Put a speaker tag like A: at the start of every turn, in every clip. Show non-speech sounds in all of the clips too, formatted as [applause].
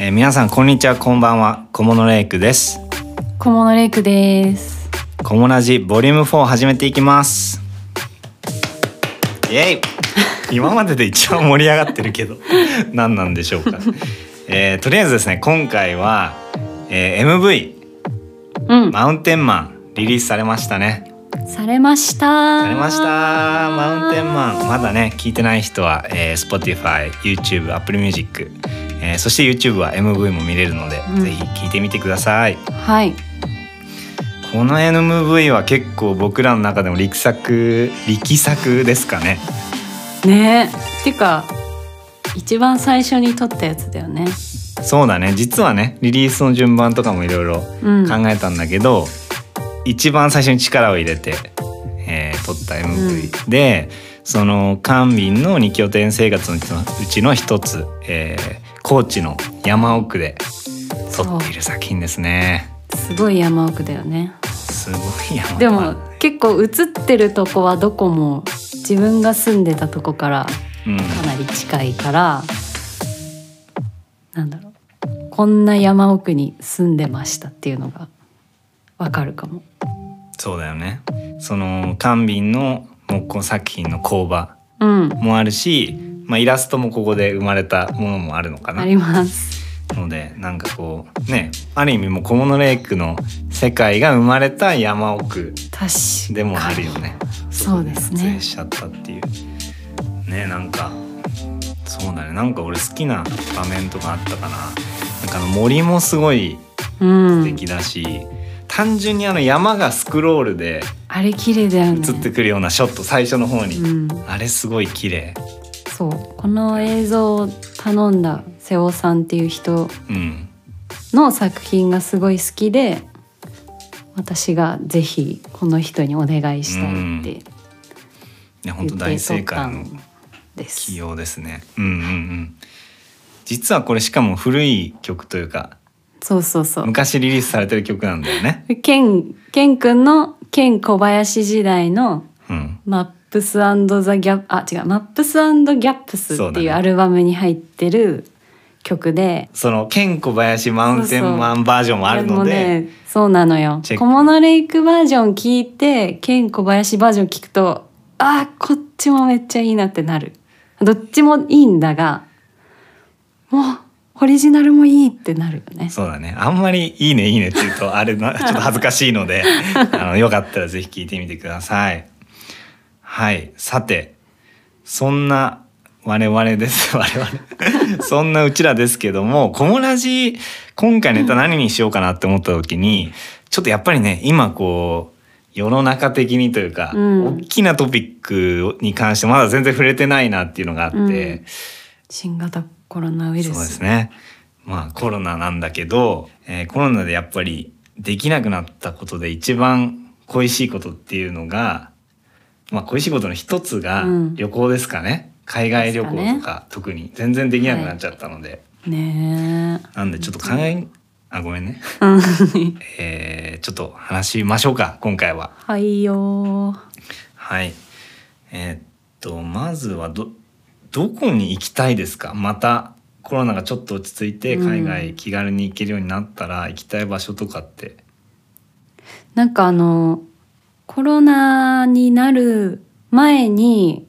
A: 皆さんこんにちはこんばんは小物レイクです
B: 小物レイクです。
A: 小物ラジボリューム4始めていきますイエイ
B: [laughs]
A: 今までで一番盛り上がってるけど何なんでしょうか、えーとりあえずですね今回は、えー MV
B: うん。
A: マウンテンマンリリースされましたね
B: されました。
A: されましたマウンテンマンまだね聞いてない人は、えー Spotify、YouTube、Apple Music、えーそして YouTube は MV も見れるので、
B: うん
A: ぜひ聞いてみてください
B: はい。
A: この MV は結構僕らの中でも力作力作ですかね
B: ねえ。てか一番最初に撮ったやつだよね。
A: そうだね実はねリリースの順番とかもいろいろ
B: うん。
A: 考えたんだけど、一番最初に力を入れて、えー撮った MV、でその官民の二拠点生活のうちのうちの一つ、えー高知の山奥で撮っている作品ですね
B: すごい山奥だよね。
A: すごい山奥
B: でも結構映ってるとこはどこも自分が住んでたとこから
A: うん、
B: かなり近いから、なんだろう。こんな山奥に住んでましたっていうのがわかるかも。
A: そうだよねその官民の木工作品の工場
B: うん。
A: もあるし、まあ、イラストもここで生まれたものもあるのかな
B: あります。
A: のでなんかこうねある意味もう小物レイクの世界が生まれた山奥
B: 確かに。
A: でもあるよね。
B: そうですね
A: 撮影しちゃったっていうねなんかそうだねなんか俺好きな場面とかあったかな。なんかあの森もすごい
B: うん。
A: 素敵だし、単純にあの山がスクロールで
B: あれ綺麗だよね。
A: 映ってくるようなショット最初の方に、
B: うん、
A: あれすごい綺麗
B: そうこの映像を頼んだ瀬尾さんっていう人
A: うん
B: の作品がすごい好きで私がぜひこの人にお願いしたいって
A: いや本
B: 言
A: 当
B: って
A: 大
B: 撮
A: 正
B: った
A: 解の
B: んです。
A: 起用ですね。うんうんうん。実はこれしかも古い曲というか
B: そうそうそう。
A: 昔リリースされてる曲なんだよね。
B: ケンケンくんのケン小林時代の
A: うん。
B: マップスザギャップあ違うマップスギャップス
A: そ
B: っ
A: う
B: て
A: だ
B: い
A: ね
B: うアルバムに入ってる曲で
A: そのケン小林マウンテンマンバージョンもあるの
B: これも
A: で、
B: ね、そうなのよ
A: チェック
B: 小物レイクバージョン聞いてケン小林バージョン聞くとあーこっちもめっちゃいいなってなるどっちもいいんだがもうオリジナルもいいってなるよね
A: そうだね。あんまりいいねいいねって言うとあれ
B: [laughs]
A: なちょっと恥ずかしいので、あのよかったらぜひ聞いてみてください。はい。さて、そんな我々です。 [laughs] 我
B: [laughs]
A: 々。そんなうちらですけども、コモラジ、今回ネタ何にしようかなって思った時に、ちょっとやっぱりね、今こう、世の中的にというか、
B: うん
A: 大きなトピックに関してまだ全然触れてないなっていうのがあって、
B: うん新型コロナウイルス
A: そうですね。まあコロナなんだけど、えーコロナでやっぱりできなくなったことで一番恋しいことっていうのが、まあ恋しいことの一つが
B: うん
A: 旅行ですかね。海外旅行
B: です
A: と
B: か
A: か特に全然できなくなっちゃったので。
B: ねえ
A: なんでちょっと考え、あ、ごめんね。
B: うん
A: えーちょっと話しましょうか、今回は。
B: はいよー
A: はい。えーっと、まずはど、どこに行きたいですかまたコロナがちょっと落ち着いて
B: うん
A: 海外気軽に行けるようになったら行きたい場所とかって。
B: なんかあのコロナになる前に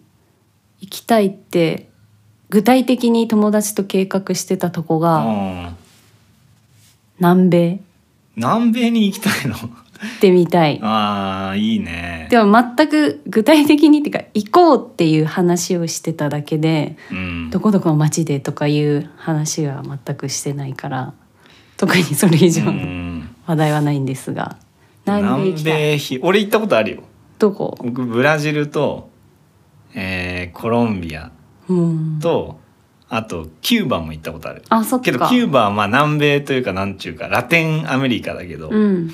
B: 行きたいって具体的に友達と計画してたとこが
A: ああ。
B: 南米
A: 南米に行きたいの
B: 行ってみたい。
A: ああ、いいね。
B: でも全く具体的にっていうか行こうっていう話をしてただけで
A: うん
B: ど。こどこの町でとかいう話は全くしてないから特にそれ以上
A: う
B: の
A: ん
B: 話題はないんですが南米行
A: 南
B: きたい
A: 米ひ、俺行ったことあるよ。
B: どこ、
A: 僕、ブラジルと、えーコロンビア
B: うん、
A: と、あと、キューバも行ったことある。
B: あそっか
A: けど、キューバはまあ南米というか、なんちゅうか、ラテンアメリカだけど、
B: うん、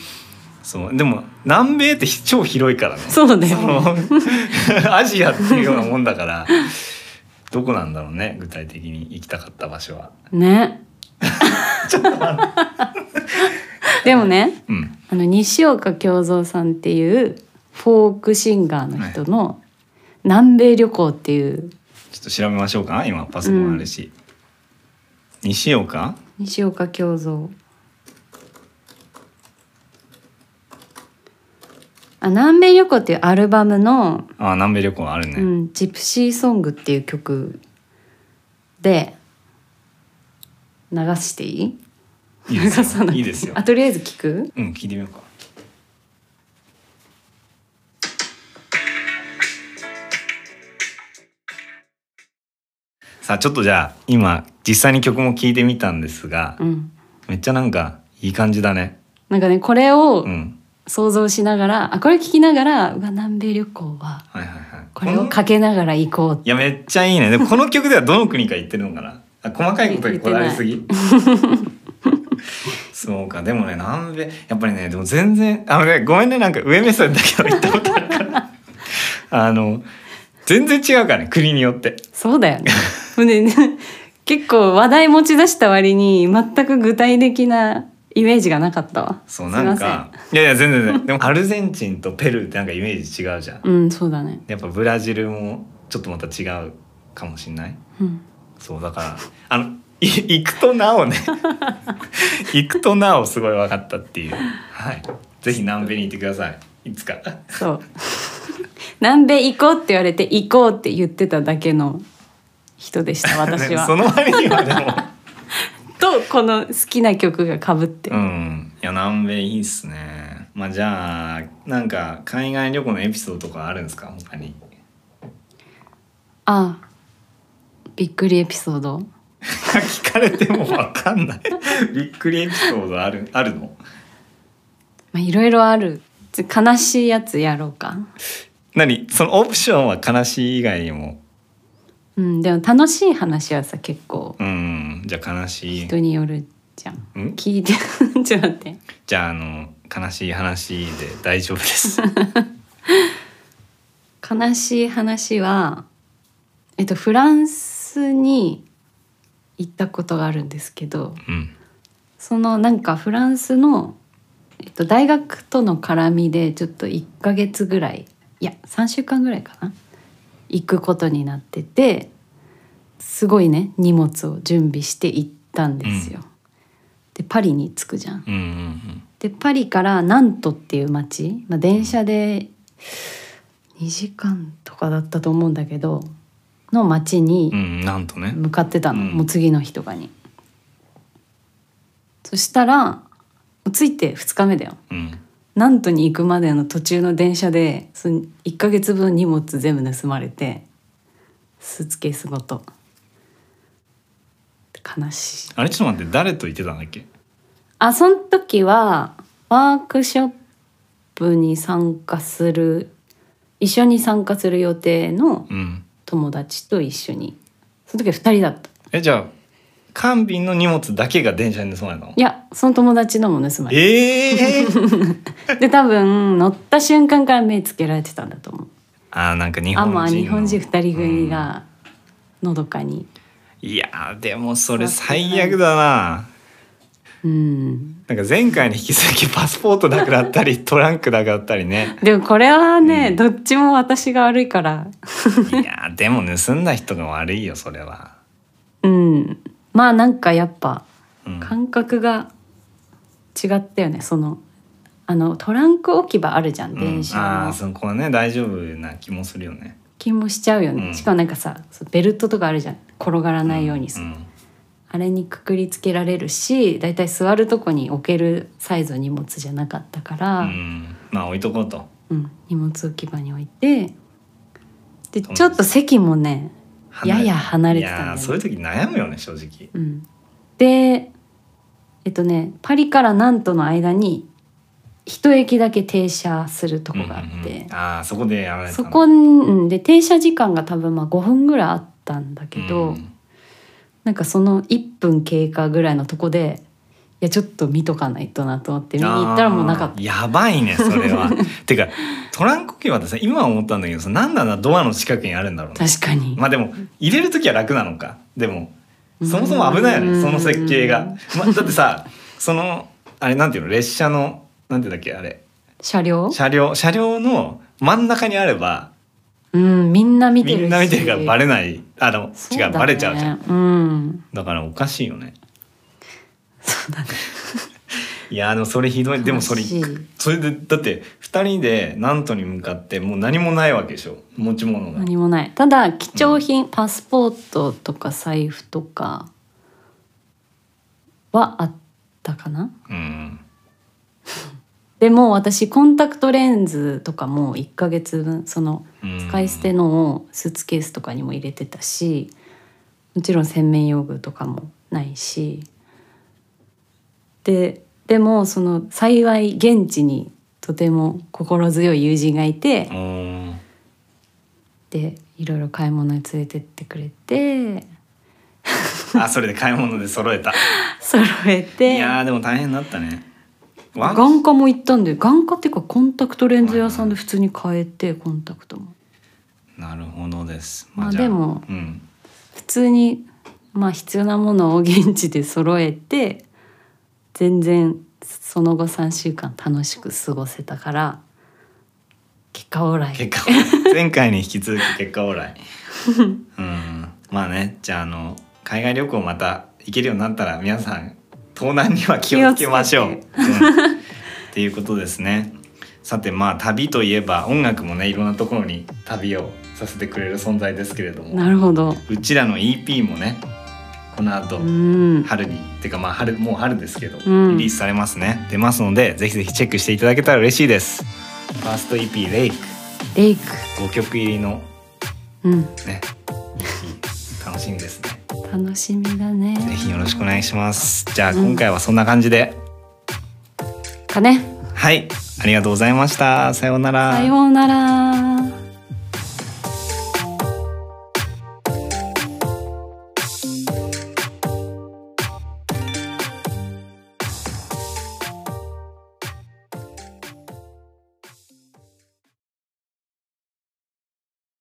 A: そうでも南米ってひ超広いからね
B: そうだよね
A: そのアジアっていうようなもんだからどこなんだろうね具体的に行きたかった場所は [laughs]
B: ね。 [laughs] でもね、
A: うん
B: あの西岡京三さんっていうフォークシンガーの人の南米旅行っていう、
A: ちょっと調べましょうか今パソコンあるし、西岡
B: 西岡京三あ南米旅行っていうアルバムの
A: あ南米旅行あるね、
B: うん、ジプシーソングっていう曲で流していい
A: いいです
B: 流さ
A: よ
B: ない
A: いいですよ
B: あとりあえず聞く
A: うん聞いてみようかさあちょっとじゃあ今実際に曲も聞いてみたんですが、
B: うん
A: めっちゃなんかいい感じだね
B: なんかねこれを
A: うん
B: 想像しながら、あこれ聞きながらうわ南米旅行は
A: はいはいはい
B: これ
A: の
B: をかけながら行こう
A: いやめっちゃいいねでもこの曲ではどの国か言ってるのかなあ細かいことにこだわりす
B: [laughs]
A: ぎそうかでもね南米やっぱりねでも全然あのねごめんねなんか上目線だけど言ったことあるから [laughs] あの全然違うからね国によって
B: そうだよねもうね結構話題持ち出した割に全く具体的なイメージがなかったわ
A: そうなん
B: すいま
A: かいやいや全然全然でもアルゼンチンとペルーってなんかイメージ違うじゃん
B: せんうんそうだね
A: やっぱブラジルもちょっとまた違うかもしんない
B: うん
A: そうだからあのい行くとなお
B: [laughs]
A: ね行くとなおすごい分かったっていうはいぜひ南米に行ってくださいいつか
B: そう [laughs] 南米行こうって言われて行こうって言ってただけの人で [laughs] した私
A: [laughs] そ
B: は、
A: の割にはでも
B: [laughs] とこの好きな曲がかぶって、
A: うんいや南米いいっすねまあじゃあなんか海外旅行のエピソードとかあるんですか他に [laughs]
B: あびっくりエピソード
A: 聞かれても分かんない
B: [laughs]
A: びっくりエピソードあるあるの
B: まあいろいろあるちょ悲しいやつやろうか
A: 何そのオプションは悲しい以外にも
B: うんでも楽しい話はさ結構
A: うんじゃあ悲しい
B: 人によるじゃん
A: ん
B: 聞いて [laughs] ちょっと待って
A: じゃああの悲しい話で大丈夫
B: [laughs]
A: です
B: 悲しい話はえっとフランスに行ったことがあるんですけど
A: うん
B: そのなんかフランスの、えっと、大学との絡みでちょっと1ヶ月ぐらいいや3週間ぐらいかな行くことになっててすごいね荷物を準備して行ったんですよ。でパリに着くじゃん。
A: うんうん
B: でパリからナントっていう町、まあ、電車で2時間とかだったと思うんだけどの町に
A: うんうんなんとね
B: 向かってたの、
A: うん
B: もう次の日とかに。そしたら着いて2日目だよ
A: うん
B: ナントに行くまでの途中の電車でその1ヶ月分荷物全部盗まれてスーツケースごと悲しい
A: あれちょっと待って誰と言ってたんだっけ
B: あその時はワークショップに参加する一緒に参加する予定の
A: うん
B: 友達と一緒にその時は2人だった
A: えじゃあ缶瓶の荷物だけが電車に盗まれたの
B: いやその友達のも盗まれ
A: ええ
B: [laughs]
A: ー、
B: たで多分乗った瞬間から目つけられてたんだと思う
A: あーなんか日
B: あ
A: 本人
B: ま
A: の
B: あ日本人2人組、がのどかに
A: うんいやーでもそれ最悪だな
B: うん
A: なんか前回に引き続きパスポートなくなったりトランクなくなったり
B: [laughs]
A: ね
B: でもこれはね、
A: うん
B: どっちも私が悪いから
A: いやーでも盗んだ人が悪いよそれは、
B: うんまあなんかやっぱ
A: うん、
B: 感覚が違ったよねそのあのトランク置き場あるじゃん電車
A: うん、ああ
B: の、
A: ーそこはね大丈夫な気もするよね
B: 気もしちゃうよね、
A: うん
B: しかもなんかさそうベルトとかあるじゃん転がらないようにさ、
A: ん
B: あれにくくりつけられるしだいたい座るとこに置けるサイズの荷物じゃなかったから、
A: う
B: うん
A: ん、まあ置いとこうと
B: 荷物置き場に置いてで
A: そう
B: ちょっと席もね、
A: 離れ
B: やや離れてたんだよね
A: いやーそういう時悩むよね正直
B: うん、でえっとねパリからナントの間に一駅だけ停車するとこがあって。
A: うんうんうんああそこでやられた
B: そこにうんで停車時間が多分まあ5分ぐらいあったんだけど、
A: うん
B: なんかその1分経過ぐらいのとこでいやちょっと見とかないとなと思って見に行ったらもうなかっ
A: あ
B: た
A: ーやばいねそれ
B: [laughs]
A: はてかトランク置き場ってさ今思ったんだけどさなんだなドアの近くにあるんだろうね
B: 確かに、
A: まあでも入れる時は楽なのかでもそもそも危ないよ
B: うん
A: ねその設計が、まあ、だってさそのあれなんていうの列車のなんていうんだっけあれ
B: 車両
A: 車両車両の真ん中にあれば
B: うんみんな見て
A: み
B: るし
A: んな見てるからバレないあの、
B: そう
A: 違
B: だ
A: う
B: ね
A: バレちゃうじゃん
B: うん
A: だからおかしいよね
B: そうだね
A: いやでもそれひどいでもそれ
B: 悲しい
A: それでだって2人で南都に向かってもう何もないわけでしょ持ち物が
B: 何もないただ貴重品、パスポートとか財布とかはあったかな
A: うん
B: でも私コンタクトレンズとかも1ヶ月分その使い捨てのをスーツケースとかにも入れてたしもちろん洗面用具とかもないしででもその幸い現地にとても心強い友人がいて
A: う、ん
B: でいろいろ買い物に連れてってくれて
A: あそれで買い物で揃えた
B: 揃え
A: い
B: て
A: やでも大変だったねワン
B: 眼科も行ったんで眼科っていうかコンタクトレンズ屋さんで普通に買えてコンタクトも
A: なるほどです
B: まあ
A: じゃ
B: でも
A: うん
B: 普通にまあ必要なものを現地で揃えて全然その後3週間楽しく過ごせたから結果オーライ
A: 結果前回に引き続き結果オーライうんまあねじゃああの海外旅行また行けるようになったら皆さん盗難には気をつけましょう。
B: 気を
A: うん
B: つ
A: っていうことですね。さてまあ旅といえば音楽もねいろんなところに旅をさせてくれる存在ですけれども
B: なるほど
A: うちらの EP もねこの後
B: うん
A: 春にってかまあ春もう春ですけど、
B: うん
A: リリースされますね出ますのでぜひぜひチェックしていただけたら嬉しいです。ファースト EP「レイク
B: レイク
A: 5曲入りの
B: うん
A: ね、楽しみですね。
B: 楽しみだ
A: ぜ
B: ね
A: ひよろしくお願いします。じゃあ今回はそんな感じで、
B: かね
A: はい、ありがとうございました。さようなら。
B: さようなら